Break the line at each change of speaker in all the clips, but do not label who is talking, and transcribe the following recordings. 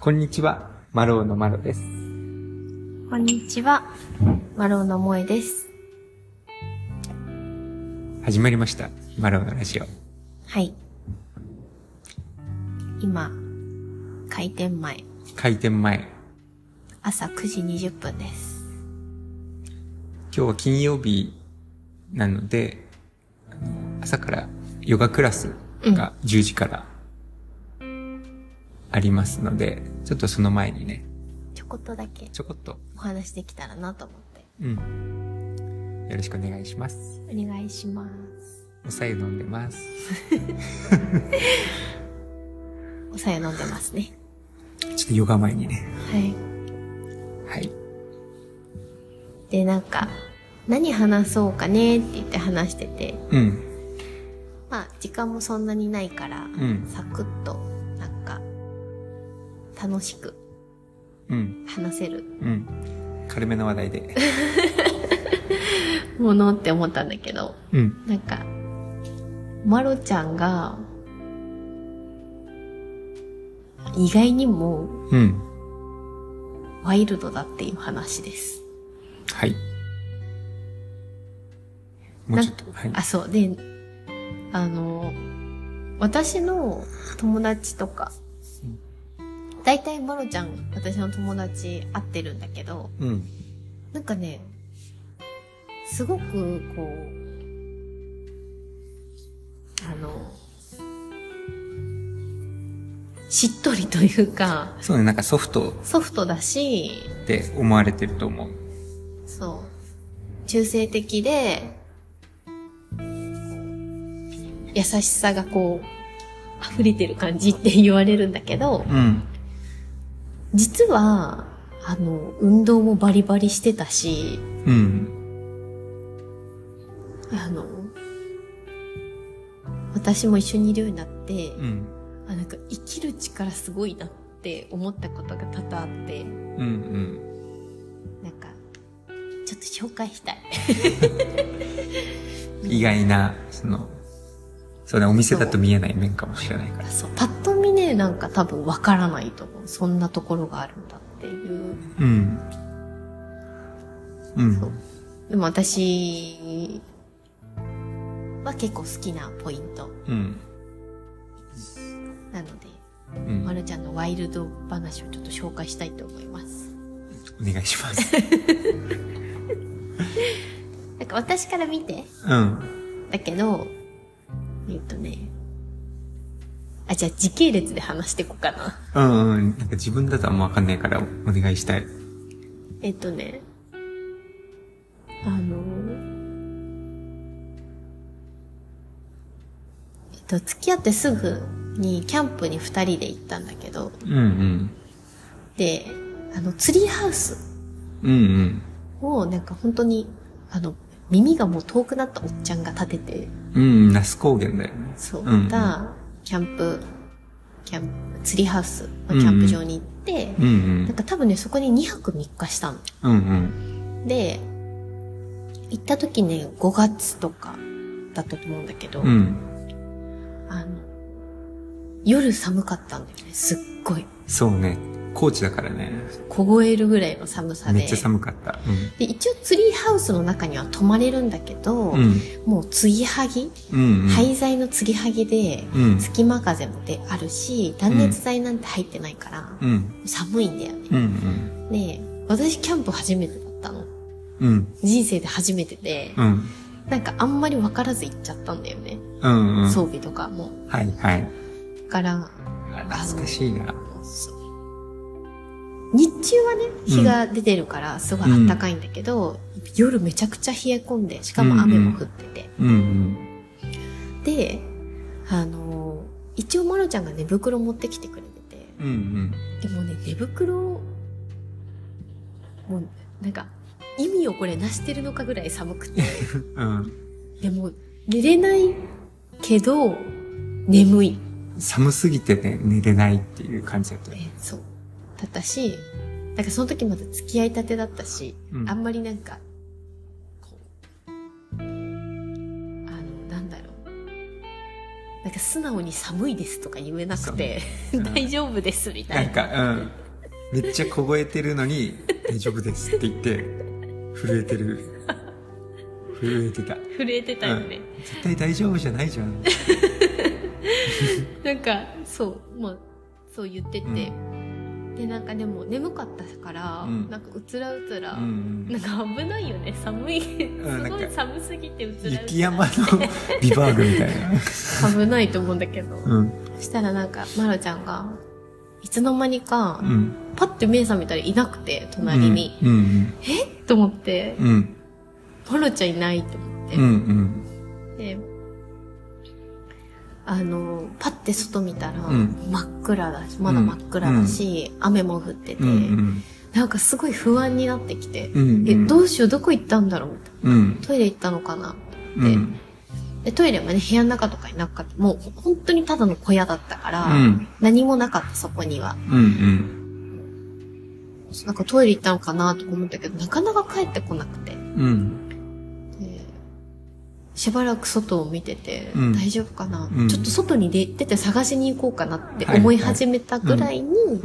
こんにちは、マローのマロです。
こんにちは。マローの萌えです。
始まりました、マローのラジオ。
はい。今、開店前、
開店前、
朝9時20分です。
今日は金曜日なので、あの朝からヨガクラスが10時からありますので、ちょっとその前にね、
ちょこっとだけ
ちょこっと、
お話できたらなと思って。
うん、よろしくお願いします。
お願いします。
おさゆ飲んでます。
おさゆ飲んでますね。
ちょっとヨガ前にね。
はい。
はい。
で、なんか、何話そうかねって言って話してて、
うん、
まあ、時間もそんなにないから、
ん
サクッと、なんか、楽しく
うん、
話せる
うん。軽めの話題で。
ものって思ったんだけど、
うん、
なんか、まろちゃんが、意外にも
うん。
ワイルドだっていう話です。
はい。もうちょっと、はい。
あ、そう。で、あの、私の友達とか
う、
大体まろちゃん、私の友達会ってるんだけど、
うん。
なんかね、すごく、こう、あの、しっとりというか、
そうね、なんかソフト
ソフトだし、
って思われてると思う。
そう、中性的で、優しさがこう、溢れてる感じって言われるんだけど、
うん。
実は、あの、運動もバリバリしてたし、
うん。
あの、私も一緒にいるようになって、
うん。
あ、なんか生きる力すごいなって思ったことが多々あって、
うん。うん。
なんか、ちょっと紹介したい。
意外な、その、そうね、お店だと見えない面かもしれないから。
そう、パッと見ね、なんか多分わからないと思う。そんなところがあるんだっていう。
うん。うん。
そうでも私は結構好きなポイント
うん。
なので、
うん。
まるちゃんのワイルド話をちょっと紹介したいと思います。
お願いします。
なんか私から見て、
うん。
だけど、えっとね、あ、じゃあ時系列で話していこうかな。
うんうん。なんか自分だとあんまわかんないから、お願いしたい。
えっとね、あの、えっと、付き合ってすぐにキャンプに二人で行ったんだけど、
うん
で、あの、ツリーハウス
うん。うん
をなんか本当に、あの、耳がもう遠くなったおっちゃんが立てて、
うん。うん。那須高原だよね。
そう、
うんうん
た、キャンプ、キャンプ、ツリーハウスのキャンプ場に行って、
うん
なんか多分ね、そこに2泊3日したの。
うん。うんうん。
で、行った時ね、5月とかだったと思うんだけど、
うん。
あの、夜寒かったんだよね、すっごい。
そうね。高知だからね。
凍えるぐらいの寒さで。
めっちゃ寒かった。
で、一応ツリーハウスの中には泊まれるんだけど、
うん。うん。
もう継ぎはぎ、
うん、うん。
廃材の継ぎはぎで、
うん。
隙間風もであるし、断熱材なんて入ってないから、
うん。
寒いんだよね。
うん。
で、私キャンプ初めてだったの。
うん。
人生で初めてで、
うん。
なんかあんまり分からず行っちゃったんだよね。
うん。うん。
装備とかも。
う。はいはい。
だから、
あ懐かしいな。
そう日中はね、日が出てるから、すごい暖かいんだけど、夜めちゃくちゃ冷え込んで、しかも雨も降ってて。
うん。
で、あのー一応まろちゃんが寝袋持ってきてくれてて、
うん。うん。
でもね、寝袋を、もう、なんか、意味をこれなしてるのかぐらい寒 くて。
うん。
でも、寝れないけど、眠い。
寒すぎてね、寝れないっていう感じだったよ。
ねそう。だったし、なんかその時まだ付き合いたてだったし、
うん
あんまりなんか、こう、あの、なんだろう。なんかか素直に寒いですとか言えなくて、 大丈夫ですみた
ないん
な。
か、うん。めっちゃ凍えてるのに、大丈夫ですって言って、震えてる。震えてた。
震えてたよね。
うん、絶対大丈夫じゃないじゃ ん。
なんか、そう、まあ、そう言ってて。で、なんかでも眠かったから、
うん
なんかうつらうつら、
うん
なんか危ないよね、寒い。
ん
す
なん
ご
か
い寒すぎてうつらう
雪
つら。
山のビバーグみたいな。
危ないと思うんだ けど。
うん。
そしたらなんか、まろちゃんが、いつの間にか、
うん。
パッて目覚めたらいなくて、隣に。
うん。
と思って、
うん。うん。
まろちゃんいないと思って。
うん。うん。
で、あの、パッて外見たら、
ん
真っ暗だし、まだ真っ暗だし、雨も降ってて、
うん。うん。
なんかすごい不安になってきて、
うん。
え、ど
う
うしよう、どこ行ったんだろうみた
う
い
ん。
な。トイレ行ったのかな
うん。うん。
で、トイレもね、部屋の中とかになかった。もう、本当にただの小屋だったから、
うん。
何もなかった、そこには。
うん。
なんかトイレ行ったのかなとか思ったけど、なかなか帰ってこなくて。
うん。
でしばらく外を見てて、
うん
大丈夫かな、
うん
ちょっと外に出出て探しに行こうかなって思い始めたぐらいに、
うん。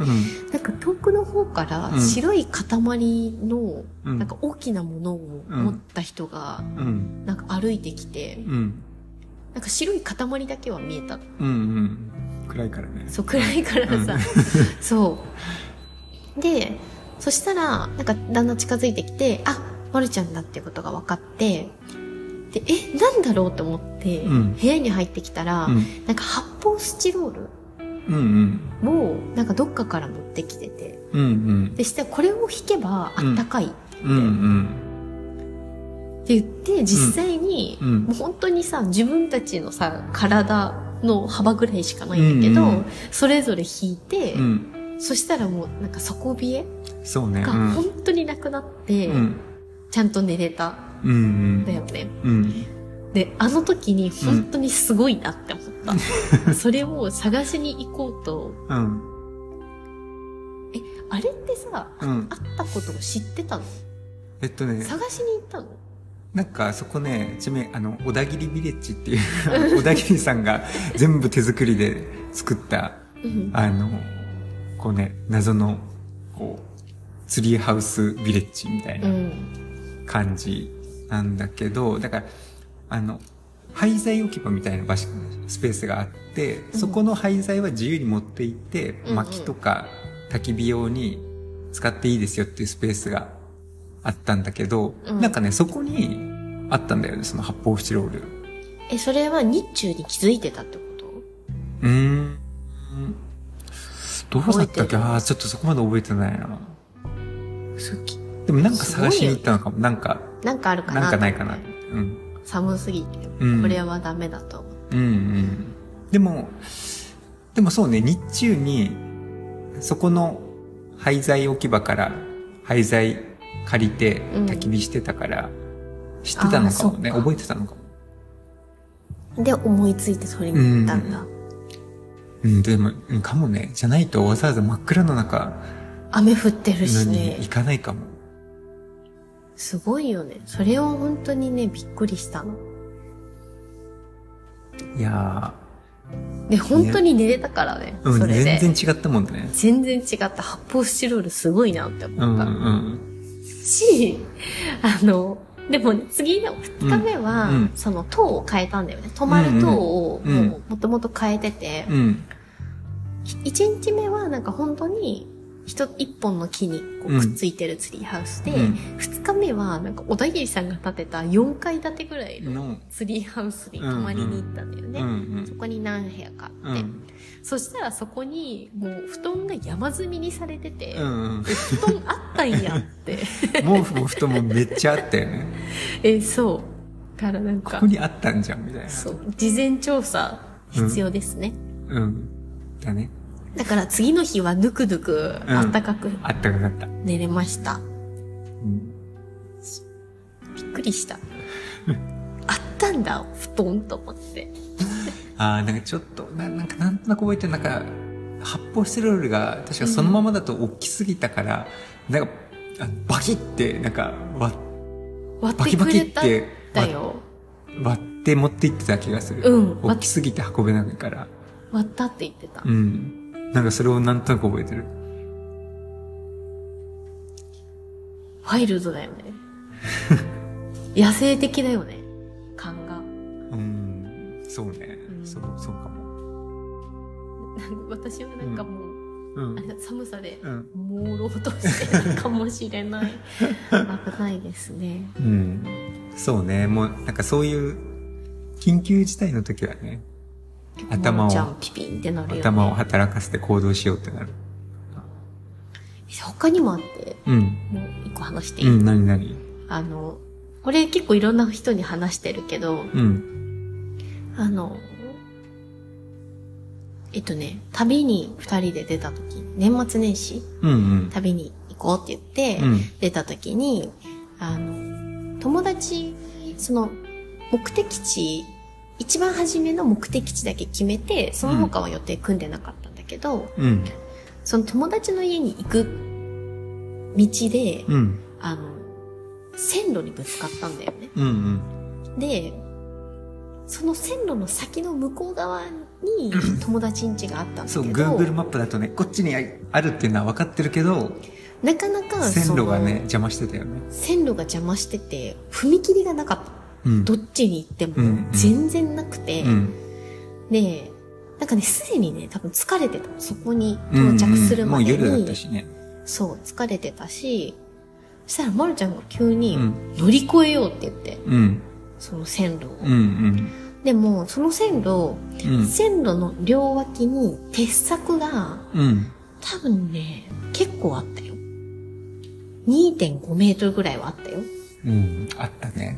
なんか遠くの方から
うん
白い塊の、
うん
なんか大きなものを持った人が、
うん。
なんか歩いてきて、
うん。
なんか白い塊だけは見えた。
うん。うん。暗いからね。
そう、暗いからさ。そう。で、そしたら、なんかだんだん近づいてきて、あ、まるちゃんだっていうことが分かって、で、え、なんだろうと思って、
うん
部屋に入ってきたら、
うん。
なんか発泡スチロール
うん。
を、なんかどっかから持ってきてて、
うん。うん。
で、したらこれを引けばあったかいっ
うん。うん。
て言って、実際に、
うんうん
もう本当にさ、自分たちのさ、体の幅ぐらいしかないんだけど、
うんうん
それぞれ引いて、
うん。
そしたらもうなんか底冷え
そうね。
が
うん。
本当になくなって、
うん。
ちゃんと寝れた
うん
んだよね。
うん。うん。
で、あの時に本当にすごいなって思 った。それを探しに行こうと、
うん。
あれってさ、
うん。
あったことを知ってたの
えっとね、
探しに行ったの
なんかそこね、ちなみにあの、小田切ビレッジっていう、小田切さんが全部手作りで作った、
うん。。
あの、こうね、謎の、こう、ツリーハウスビレッジみたいうなん感じなんだけど、だから、あの、廃材置き場みたいな場所、スペースがあって、そこの廃材は自由に持って行って、
うんうん
薪とか焚き火用に使っていいですよっていうスペースがあったんだけど、
うん
なんかね、そこにあったんだよね、その発泡スチロール。
え、それは日中に気づいてたってこと
うーん。どうだった
覚え
ってけ
る
ああ、ちょっとそこまで覚えてないな。でもなんか探しに行ったのかも。なんか、
なんかあるかな
なんかないかな。うん。
寒すぎて、
うん
これはダメだと思う。
うんうん。でも、でもそうね、日中に、そこの廃材置き場から廃材借りて
うん
焚き火してたから、知ってたのかもね、
あーそっか
覚えてたのかも。
で、思いついて取りに行ったんだ。
うん、でも、うんかもね、じゃないとわざわざ真っ暗の中
雨降ってるし
のに
ね。
行かないかも。
すごいよね。それを本当にね、びっくりしたの。
いや
で、本当に寝れたからね。
ー、うん、
それで。
全然違ったもんね。
全然違った。発泡スチロールすごいなって
うん
思
う
った。
ん
し、あの、でもね、次の2日目は、
うんうん
その塔を変えたんだよね。泊まる塔を
うんうん
もうもともと変えてて、
うん。うん。
一1日目はなんか本当に一一本の木にこ
うん
うくっついてるツリーハウスで、
うん
二2日目はなんか小田切さんが建てた4階建てぐらいの
の、
ツリーハウスに泊まりに行ったんだよ
うん
ね。
うん
そ。こに何部屋か
う
あって、
ん。
そしたらそこにもう布団が山積みにされてて、
うんうん。
布団あったんやって。
毛布も布団もめっちゃあったよね。
え、そう。からなん
こ
か
こ、にあったんじゃん、みたいな。
そう、事前調査必要ですね。
うん。だね。
だから次の日はぬくぬく
うん
あったかく
あったかかった。
寝れました。
うん。
びっくりした。あったんだ、布団と思って。
ああ、なんかちょっと、ななんかなんとなく覚えてる、なんか、発泡スチロールが、確かそのままだと大きすぎたから、なんか、あバキって、なんか、割
割
バ
って
キバ
く
キ
れ
ったて
んだよ。
割て持って行ってた気がする。
うん
大きすぎて運べないから。
割ったって言ってた。
うん。なんかそれをなんとなく覚えてる。
ワイルドだよ ね。野生的だよね。勘が。
うん。そうね。
うん
そう、そうかも。
私はなんかも
う
う、あれ
ん。
だ寒さで、
うん。
朦朧としてるかもしれない。危ないですね。
うん。そうね。もう、なんかそういう、緊急事態の時はね、頭を
もうじゃんピピンってなるよ、ね。
頭を働かせて行動しようってなる。
他にもあって、
うん。
もう一個話していい、
うん、なになに
あの、これ結構いろんな人に話してるけど、
うん。
あの、えっとね、旅に二人で出た時、年末年始、
うんうん。
旅に行こうって言って、
うん。
出た時に、あの、友達、その、目的地、一番初めの目的地だけ決めて、その他は予定組んでなかったんだけど、
うん。
その友達の家に行く道で、
うん。
あの、線路にぶつかったんだよね。
うんうん。
で、その線路の先の向こう側 に友達ん家があったん
そう、
だけど、
Google マップだとね、こっちにああるっていうのは分かってるけど、
なかなか
線
そ
路
の
がね、邪魔してたよね。
線路が邪魔してて、踏切がなかった。
うん。
どっちに行っても
うん
全然なくて、
うん。
で、なんかね、すでにね、多分疲れてた。そこに到着するまでに。
うんうんもう夜だったしね。
そう、疲れてたし、そしたらまるちゃんが急に
うん
乗り越えようって言って、
うん。
その線路を。
うんうん。
でも、その線路、
うん。
線路の両脇に鉄柵が
うん。
多分ね、結構あったよ。2.5メートルぐらいはあったよ。
うん。あったね。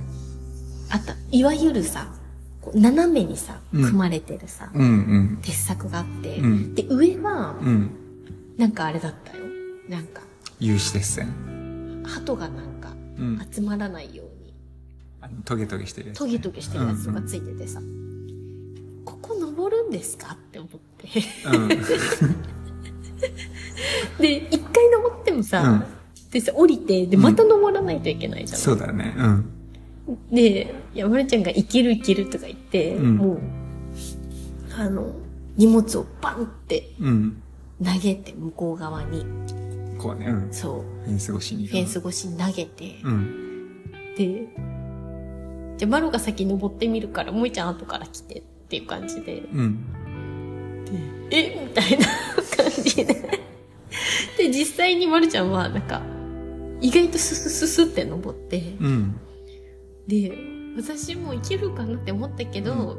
あった。いわゆるさ、こう斜めにさ、
うん
組まれてるさ、
うん
鉄柵があって、
うん
で、上は
うん。、うん。
なんかあれだったよ。なんか、
有刺鉄線。
鳩がなんか、
うん。
集まらないように、
あのトゲトゲしてるやつ
トゲトゲしてるやつとかついててさ、ここ登るんですかって思って。
うん。
で、一回登ってもさ、
うん
でさ、降りて、で、
うん
また登らないといけないじゃん。
そうだね。うん。
で、山根ちゃんがいけるいけるとか言って、
うん
もう、あの、荷物をバンって
うん。
投げて、向こう側に、
こうね。うん。フ
そう、
ェンス越しに。
フェンス。越しに投げて、
うん。
で、じゃあ、マロが先登ってみるから、もいちゃん後から来てっていう感じで、
うん。
えみたいな感じで。で、実際にまるちゃんは、なんか、意外とススススって登って、
うん。
で、私もいけるかなって思ったけど、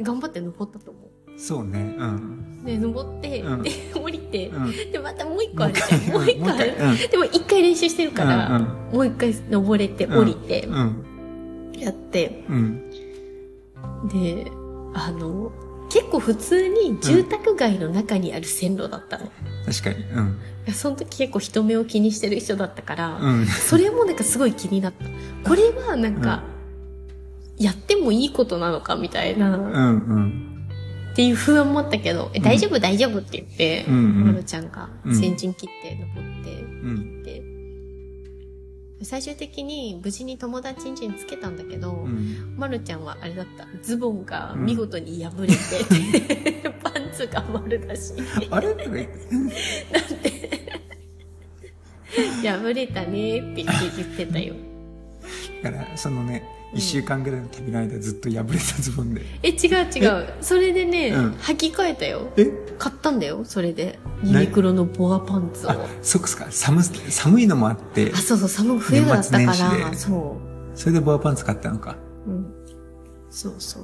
頑張って登ったと思う。
そうね。うん。
で、登って、
うん
で、降りて、
うん。
で、またもう一個あるじゃん。もう一個ある。
うん。
でも一回練習してるから、
うん
もう一回登れて、
うん
降りて、
うん。
やって、
うん。
で、あの、結構普通に住宅街の中にある線路だったの。
確かに。うん。
その時結構人目を気にしてる人だったから、
うん。
それもなんかすごい気になった。これはなんか、やってもいいことなのかみたいな、
う
っ
ん。うん。
ていう不安もあったけど、え
うん
大丈夫大丈夫って言って、
うんうん
まるちゃんが
うん
先陣切って登って、
うん。
で最終的に無事に友達ん家につけたんだけど、
うん。
まるちゃんはあれだった。ズボンが見事に破れて、 パンツが丸出し。
あれなんか
破れたねーって言って言ってたよ。
だから、そのね、
うん
一週間ぐらいの旅の間ずっと破れたズボンで。
え、違う違う。それでね、
うん
履き替えたよ。
え
買ったんだよ、それで。ユ
ね
ニクロのボアパンツを。
あ、そうか、寒す、寒いのもあって
あ、、そうそう、寒い冬だったか
年末年始
ら、
で
そ
それでボアパンツ買ったのか。
う。うん。そうそう。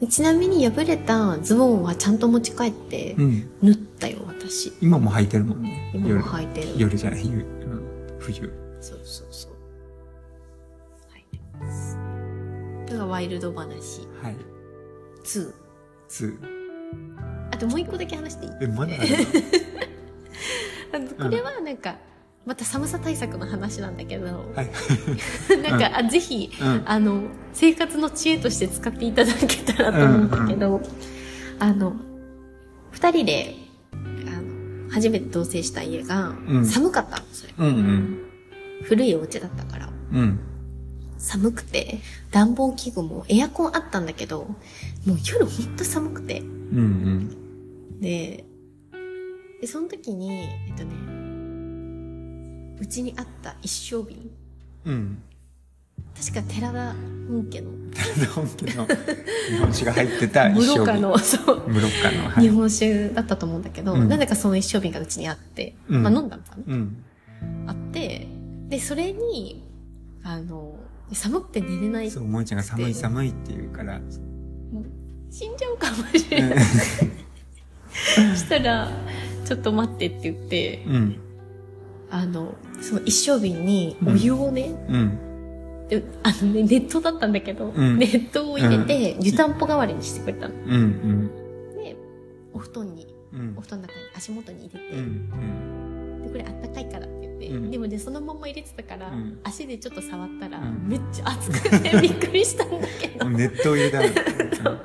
でちなみに破れたズボンはちゃんと持ち帰って
う、ん。
縫ったよ、私。
今も履いてるもんね。
今も履いてる。
夜じゃない、夜うん、冬。
そうそうそう。はい。だからワイルド話
はい。
2。
つ、
あともう一個だけ話していい
え、まだある
あのこれはなんか、また寒さ対策の話なんだけど、
はい。
なんか、あぜひ、
うん。
あの、生活の知恵として使っていただけたらと思うんだけど、あの、二人で、あの、初めて同棲した家が
う、ん
寒かったの、それ。
うん
古いお家だったから。
うん。うん。
寒くて、暖房器具もエアコンあったんだけど、もう夜ほんと寒くて。
うん
で、でその時に、えっとね、うちにあった一升瓶。
うん。うん。
確か寺田本家の、
寺田本家の日本酒が入ってた一
室
生
岡
瓶。
の、そう、
無六花の。は
日
い。
本酒だったと思うんだけど、
うん
なぜかその一升瓶がうちにあって、
うん
まあ飲んだのかな、
うん。
あって、で、それに、あの、寒くて寝れない、死
そ
ん
う、萌ちゃんが寒い寒いって言うから。
じゃうかもしれない。そしたら、ちょっと待ってって言って、
うん。
あの、その一升瓶にお湯をね、
うん。
であのね、熱湯だったんだけど、
うん
熱湯を入れて、湯たんぽ代わりにしてくれたの。
うん。うん。
で、お布団に、
うん
お。布団の中に足元に入れ
う
て、
ん。
でこれあったかいからって言って、
うん
でもねそのまま入れてたから、
うん
足でちょっと触ったら、
うん
めっちゃ熱くて びっくりしたんだけ
う
ど
ん。熱湯入れた の。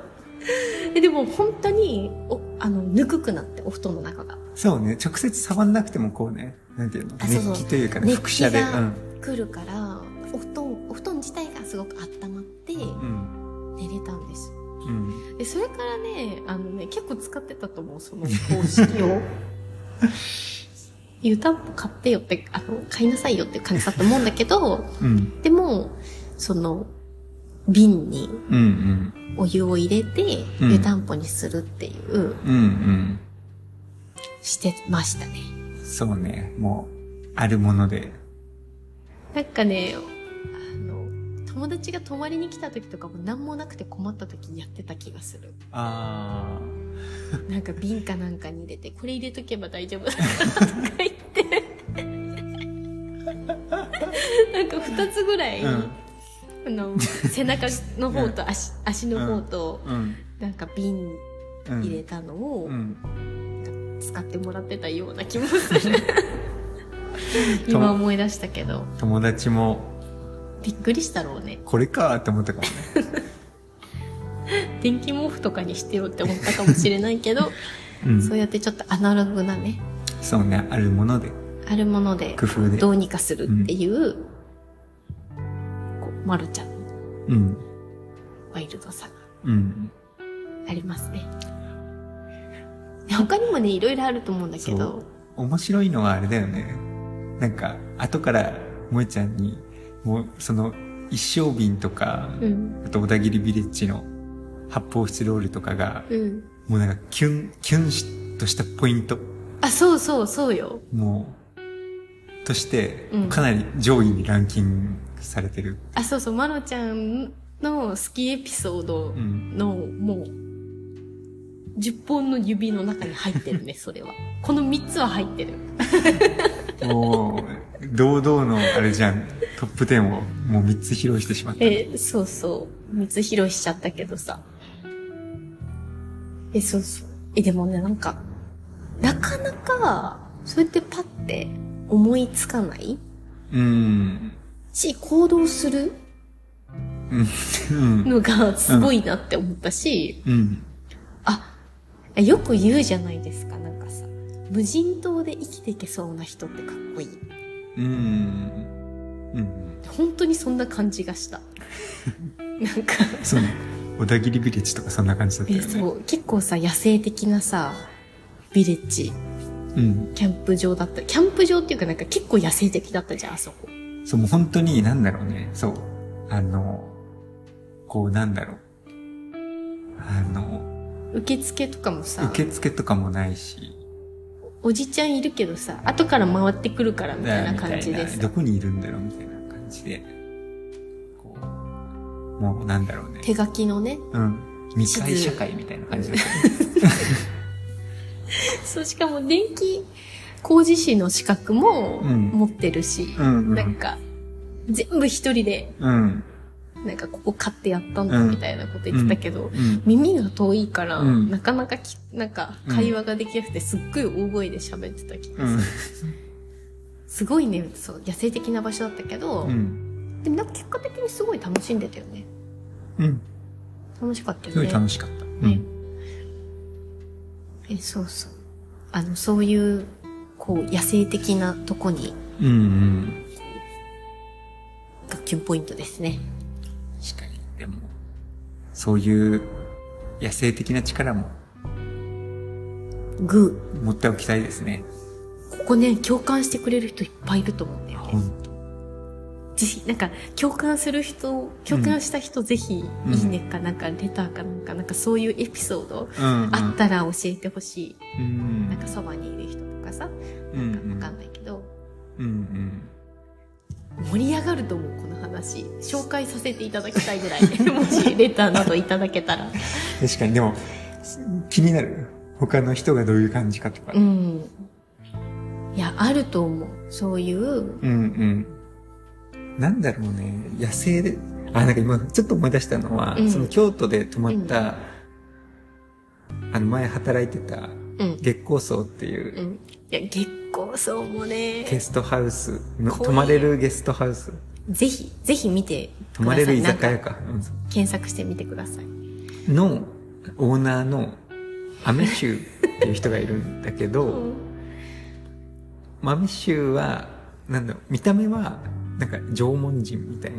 ででも本当におあのぬくくなってお布団の中が
そうね、直接触んなくてもこうね、なんていうの、
あそうそう
熱気というかね、
熱
輻
気
射で。う
が
ん。
来るから、お布団お布団自体がすごく温まって
うん。
寝れたんです
うん。
でそれからねあのね結構使ってたと思 うその方式を湯たんぽ買ってよってあの買いなさいよっていう感じだと思うんだけど
うん。
でも、その、瓶に
うん。
お湯を入れて、
うん
湯たんぽにするっていう、
うん。うん。
してましたね。
うん。そうね、もう、あるもので。
なんかね、あの、友達が泊まりに来た時とかも何もなくて困った時にやってた気がする。
あ
なんか瓶かなんかに入れて、これ入れとけば大丈夫だからとか言って。なんか二つぐらい、
うん
あの、背中の方と足、足の方と、
あ。うん。
なんか瓶
うん。
入れたのを、
うん。
使ってもらってたような気もする今思い出したけど
友達も、
びっくりしたろうね
これかーって思ったかもね。
電気毛布とかにしてよって思ったかもしれないけど
うん。
そうやってちょっとアナログなね
そうね、あるもので、
あるもので
工夫で。
どうにかするっていう、こうまるちゃんの
うん。
ワイルドさが
うん。
ありますねで他にもねいろいろあると思うんだけど
面白いのはあれだよね。なんか、後から、萌ちゃんに、もう、その、一升瓶とか、
うん
あと小田切ビレッジの発泡スチロールとかが、
うん
もうなんかキュン、キュンしとしたポイント、
あそうそうそうよ
もう、として
うん、
かなり上位にランキングされてる。
あそうそうまろちゃんの好きエピソー
う
ド
ん。
の、もう、10本の指の中に入ってるね、それは。この3つは入ってる。
もう、堂々のあれじゃん、トップ10をもう3つ披露してしまった。
え、そうそう。3つ披露しちゃったけどさ。え、そうそう。え、でもね、なんか、なかなか、そうやってパッて思いつかない
うん。
し、行動する
うん。
のがすごいなって思ったし、
うん。
あ、よく言うじゃないですか、なんかさ。無人島で生きていけそうな人ってかっこいい。
うん。うん。
本当にそんな感じ がした。なんか、
そうね。小田切ビレッジとかそんな感じだった
え
よね。
そう、結構さ、野生的なさ、ビレッジ、
うん。
キャンプ場だった。キャンプ場っていうかなんか結構野生的だったじゃん、あそこ。
そう、もう本当に、なんだろうね。そう。あの、こう、なんだろう。あの、
受付とかもさ、
受付とかもないし、
おじちゃんいるけどさ、後から回ってくるからみたいな感じ
みたい
で
な
さ
ど、こにいるんだろうみたいな感じで、こう、もうなんだろうね。
手書きのね。
うん。未開社会みたいな感じだったね。
そう、しかも電気工事士の資格も
うん
持ってるし、
うん、う
なん
ん。
か、全部一人で、
うん。
なんかここ買ってやったんだみたいなこと言ってたけど、
うん。
耳が遠いから、
うん
なかなかき、なんか会話ができなくて、すっごい大声で喋ってた気がする。
うん。
すごいね、そう、野生的な場所だったけど、
うん。
でもなんか結果的にすごい楽しんでたよね。
うん。
楽しかった
す
よ
ご
ね。
い楽しかった。う
ね
ん。
え、そうそう。あの、そういう、こう、野生的なとこに、
うん。
がキュンポイントですね。
確かに。でも、そういう野生的な力も
グ
持っておきたいですね。
ー。ここね、共感してくれる人いっぱいいると思うんだよね。
本当
ぜひ、なんか、共感する人、共感した人、ぜひ、い
うん
いねかなんか、レターかなんか、なんかそういうエピソード、
うん、うん。
あったら教えてほしい。
うん。
なんか、そばにいる人とかさ、
う
なんかわ
ん
かんないけど、
うん。うん
盛り上がると思う、この話。紹介させていただきた いぐらい。もし、レターなどいただけたら。
うん。確かに、でも、気になる。他の人がどういう感じかとか。
うん。いや、あると思う。そういう、
うんうん。なんだろうね、野生で、あ、なんか今、ちょっと思い出したのは、
うん
その京都で泊まった、あの前働いてた
うん。。
月光荘っていううん
いや、月光荘もね、
ゲストハウスの、
こういう
泊まれるゲストハウス、
ぜひ、ぜひ見て
泊
くだ
ま
さい。
れる居酒
なん
屋
か
か、
検索してみてください。
うんのオーナーのアメシューっていう人がいるんだけ ど、マメシューは、なんだろう、見た目は、なんか縄文人みたいな。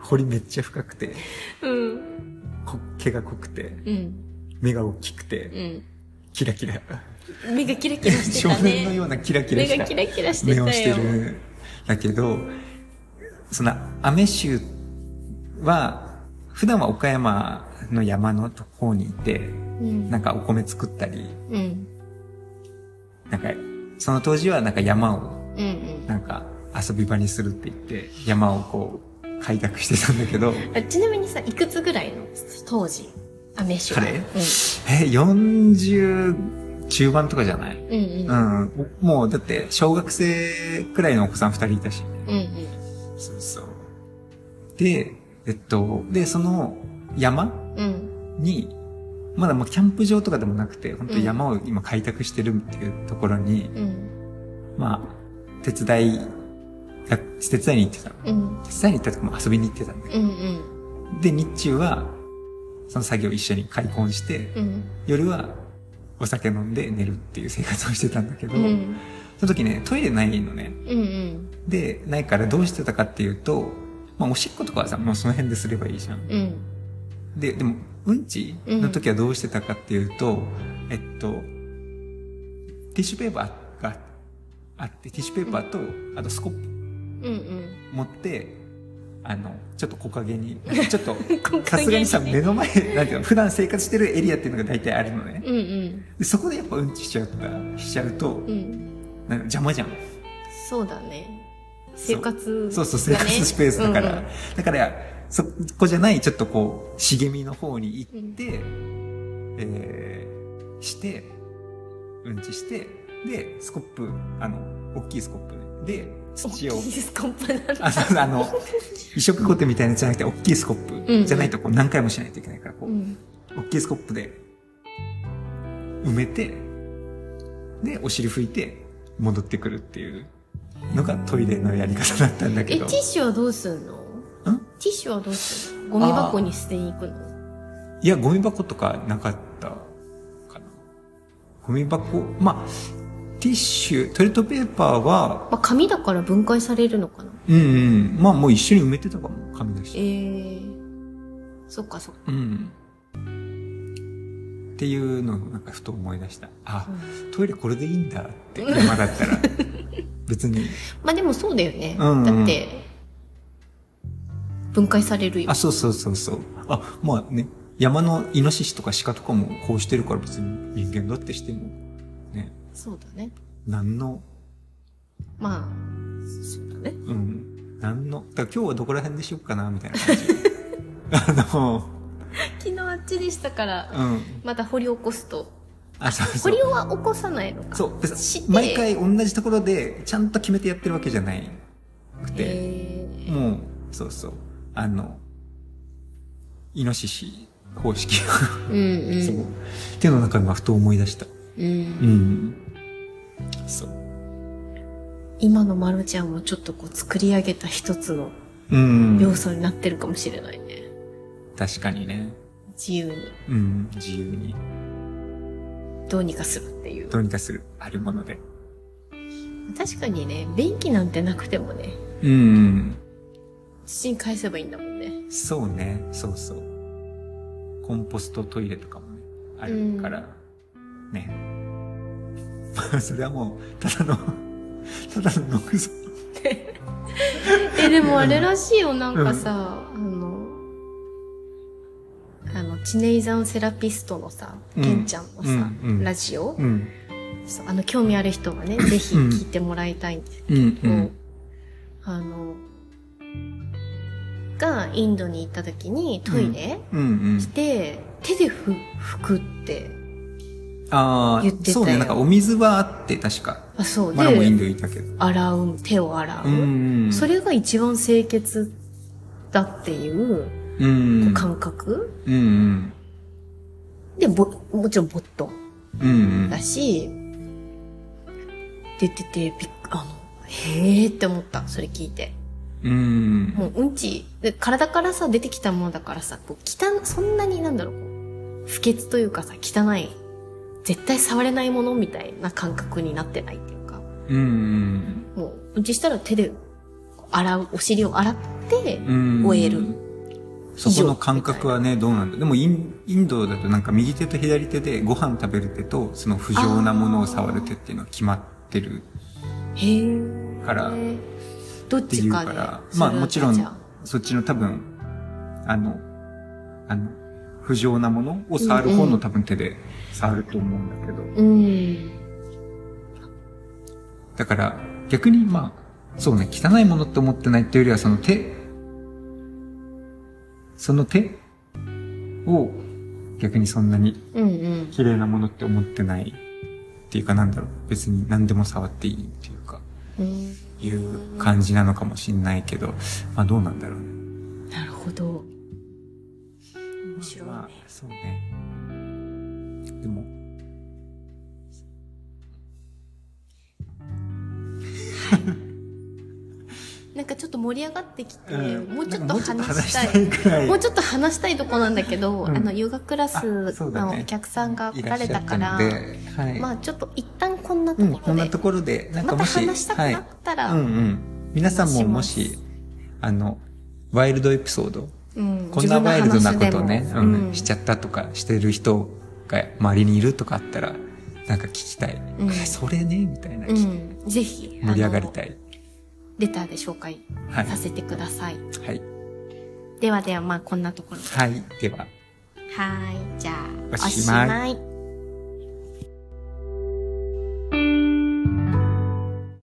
彫りめっちゃ深くて、
うん。
こ毛が濃くて、
うん。
目が大きくて、
うん。
キラキラ。
目がキラキラして
少
た
年の
ね。
ようなキラキラ
目
した
がキラキラしてた
目
よ。
をしてる。だけど、そのアメ州は、普段は岡山の山の方にいて、
うん。
なんかお米作ったり、
うん。
なんか、その当時はなんか山を、
うんうん。
なんか遊び場にするって言って、山をこう、開拓してたんだけど、
あちなみにさ、いくつぐらいの当時、アメシュは
彼え、40中盤とかじゃない
うん。うん
う
うん。
ん。もうだって、小学生くらいのお子さん二人いたし。
うん
そうそう。で、えっと、で、その山
うん。うん。
に、まだもうキャンプ場とかでもなくて、本当
うん
山を今開拓してるっていうところに、
うん。
まあ、手伝いが、手伝いに行ってたの。
うん。
手伝いに行ったとかも遊びに行ってたんだけ
うん。うん。
ど。で、日中は、その作業一緒に開墾して、
うん。
夜は、お酒飲んで寝るっていう生活をしてたんだけど、
うん。
その時ね、トイレないのね。
うん。
で、ないからどうしてたかっていうと、まあ、おしっことかはさ、もうその辺ですればいいじゃん。
うん。
で、でも、うんちの時はどうしてたかっていうと、えっと、ティッシュペーパーがあって、ティッシュペーパーと、あとスコップ
うん。
持って、あの、ちょっと木陰 に、ちょっと、
うん。
さすがにさ、目の前、なんていうの、普段生活してるエリアっていうのが大体あるのね。
うんうん。
でそこでやっぱうんちしちゃった、しちゃうと、
うん。
なんか邪魔じゃん。
そうだね。生活、
そうそう、生活スペースだから。。だから、そこじゃない、ちょっとこう、茂みの方に行って、えー、して、うんちして、で、スコップ、あの、大きいスコップねで、土を
大、きいスコップなんだ。
あそうあの、移植ゴテみたいなやつじゃなくて、大きいスコッ
うんう
プ
ん
じゃないとこう何回もしないといけないから、こ
う
う、
ん。
大きいスコップで埋めて、で、お尻拭いて戻ってくるっていうのがトイレのやり方だったんだけ
え、テ
ど
ィッ。シュはどうすんの
ん
ティッシュはどうすんのゴミ箱に捨てに行くの
いや、ゴミ箱とかなかったかな。ゴミ箱、まあ、ティッシュ、トイレットペーパーは、
まあ、紙だから分解されるのかな
うんうん、まあもう一緒に埋めてたかも、紙だ
え
し。
ー。そっかそっか。
うん。っていうのをなんかふと思い出した。あ、トイレこれでいいんだって、今だったら。別に。
まあでもそうだよね。
うんうん
だって、分解されるよ
あ、。そうそうそうそう。あ、まあね、山のイノシシとか鹿とかもこうしてるから別に人間だってしても、ね、
そうだね。
何の
まあ、そうだね。
うん。なんの、だから今日はどこら辺でしようかな、みたいな 感じ。あの、
昨日あっちでしたから、
うん。
また掘り起こすと。
あ、そう
掘
そ
り
う。
は起こさないのか。
そう別
して
に、毎回同じところで、ちゃんと決めてやってるわけじゃないくて、
えー
もう、そうそう。あの、イノシシ方式。
うんう
そう。
ん。
っていうのをなんか今、ふと思い出した。
うん、
うん。そう。
今のまるちゃんもちょっとこう作り上げた一つの
うん。
要素になってるかもしれないね。
確かにね。
自由に
うん。自由に、
どうにかするっていう。
どうにかする、あるもので。
確かにね、便器なんてなくてもね、
うん。
土に返せばいいんだもんね。
そうねそうそうコンポストトイレとかもねあるから、ねまあ それはもうただの ただの木造
え、でもあれらしいよ、なんかさ、あの、あの、チネイザンセラピストのさ、
うん
ケンちゃんのさ、
うんうん
ラジオ、
うん
そうあの、興味ある人はね、ぜひ
うん
聞いてもらいたいんです
うん
けど、あの、がインドに行った時にトイレ
うんうん
して、手でふ拭くって、
ああ
言ってたよ
そうねなんかお水はあって確か
あ、そう
マラもイン
で、
ドいたけど
洗う、手を洗う。
うんうん
それが一番清潔だっていう
うん
感覚、
うんうん
で、ぼ、もちろんボット
うんうん
だし、出てて、びっく、あの、へーって思った、それ聞いて。
うん
もううんち、で体からさ、出てきたものだからさ、こう、汚、そんなになんだろう、こう、不潔というかさ、汚い、絶対触れないものみたいな感覚になってないっていうか、
うんうん
もう、うんちしたら手で、こう洗う、お尻を洗って、
うん
終える
そこの感覚はねどうなんだでもインインドだとなんか右手と左手でご飯食べる手とその不浄なものを触る手っていうのは決まってる
へー。
から
どっ
って
ち
いう
か
か
で。
ら
それ
まあ
は
もちろ
じゃあ
んそっちの多分あのあの不浄なものを触る方
うんう
の
ん
多分手で触ると思うんだけど、
うん。
だから逆にまあそうね汚いものって思ってないっていうよりはその手その手を逆にそんなに
うんうん。
綺麗なものって思ってないっていうかなんだろう別に何でも触っていいっていうか
うん
いう感じなのかもしんないけどまあどうなんだろうね
なるほど。面白いね
まあ。そうねでも
なんかちょっと盛り上がってきて、
うん
もうちょっ
な
と
んかもう
話したい。
話したいくらい
もうちょっと話したいとこなんだけど、
うん
あの、ヨガクラ
あ
ス
そうだ
の
ね
お客さんが来
いら
ら
っ
れ
しゃ
た
った
から、
ので、はい、
まあちょっと一旦こんなと
う
ころ
ん、
で、
こんなところで、なんか
また
もし、
話したくなったら、
はい、うんうん。皆さんもも
お願い
し
し、
あの、ワイルドエピソード、
うん
こんなワイルドなことね、う
自分の話でも
ん
うん
しちゃったとか、してる人が周りにいるとかあったら、なんか聞きたい。
うん
あそれね、みたいな、
うん、ぜひ、
盛り上がりた
い。
い。
レターで紹介
はい。
させてください。
はい。
ではでは、まあこんなところで。
はい。では。
はーい、じゃあ、
おしまい
い。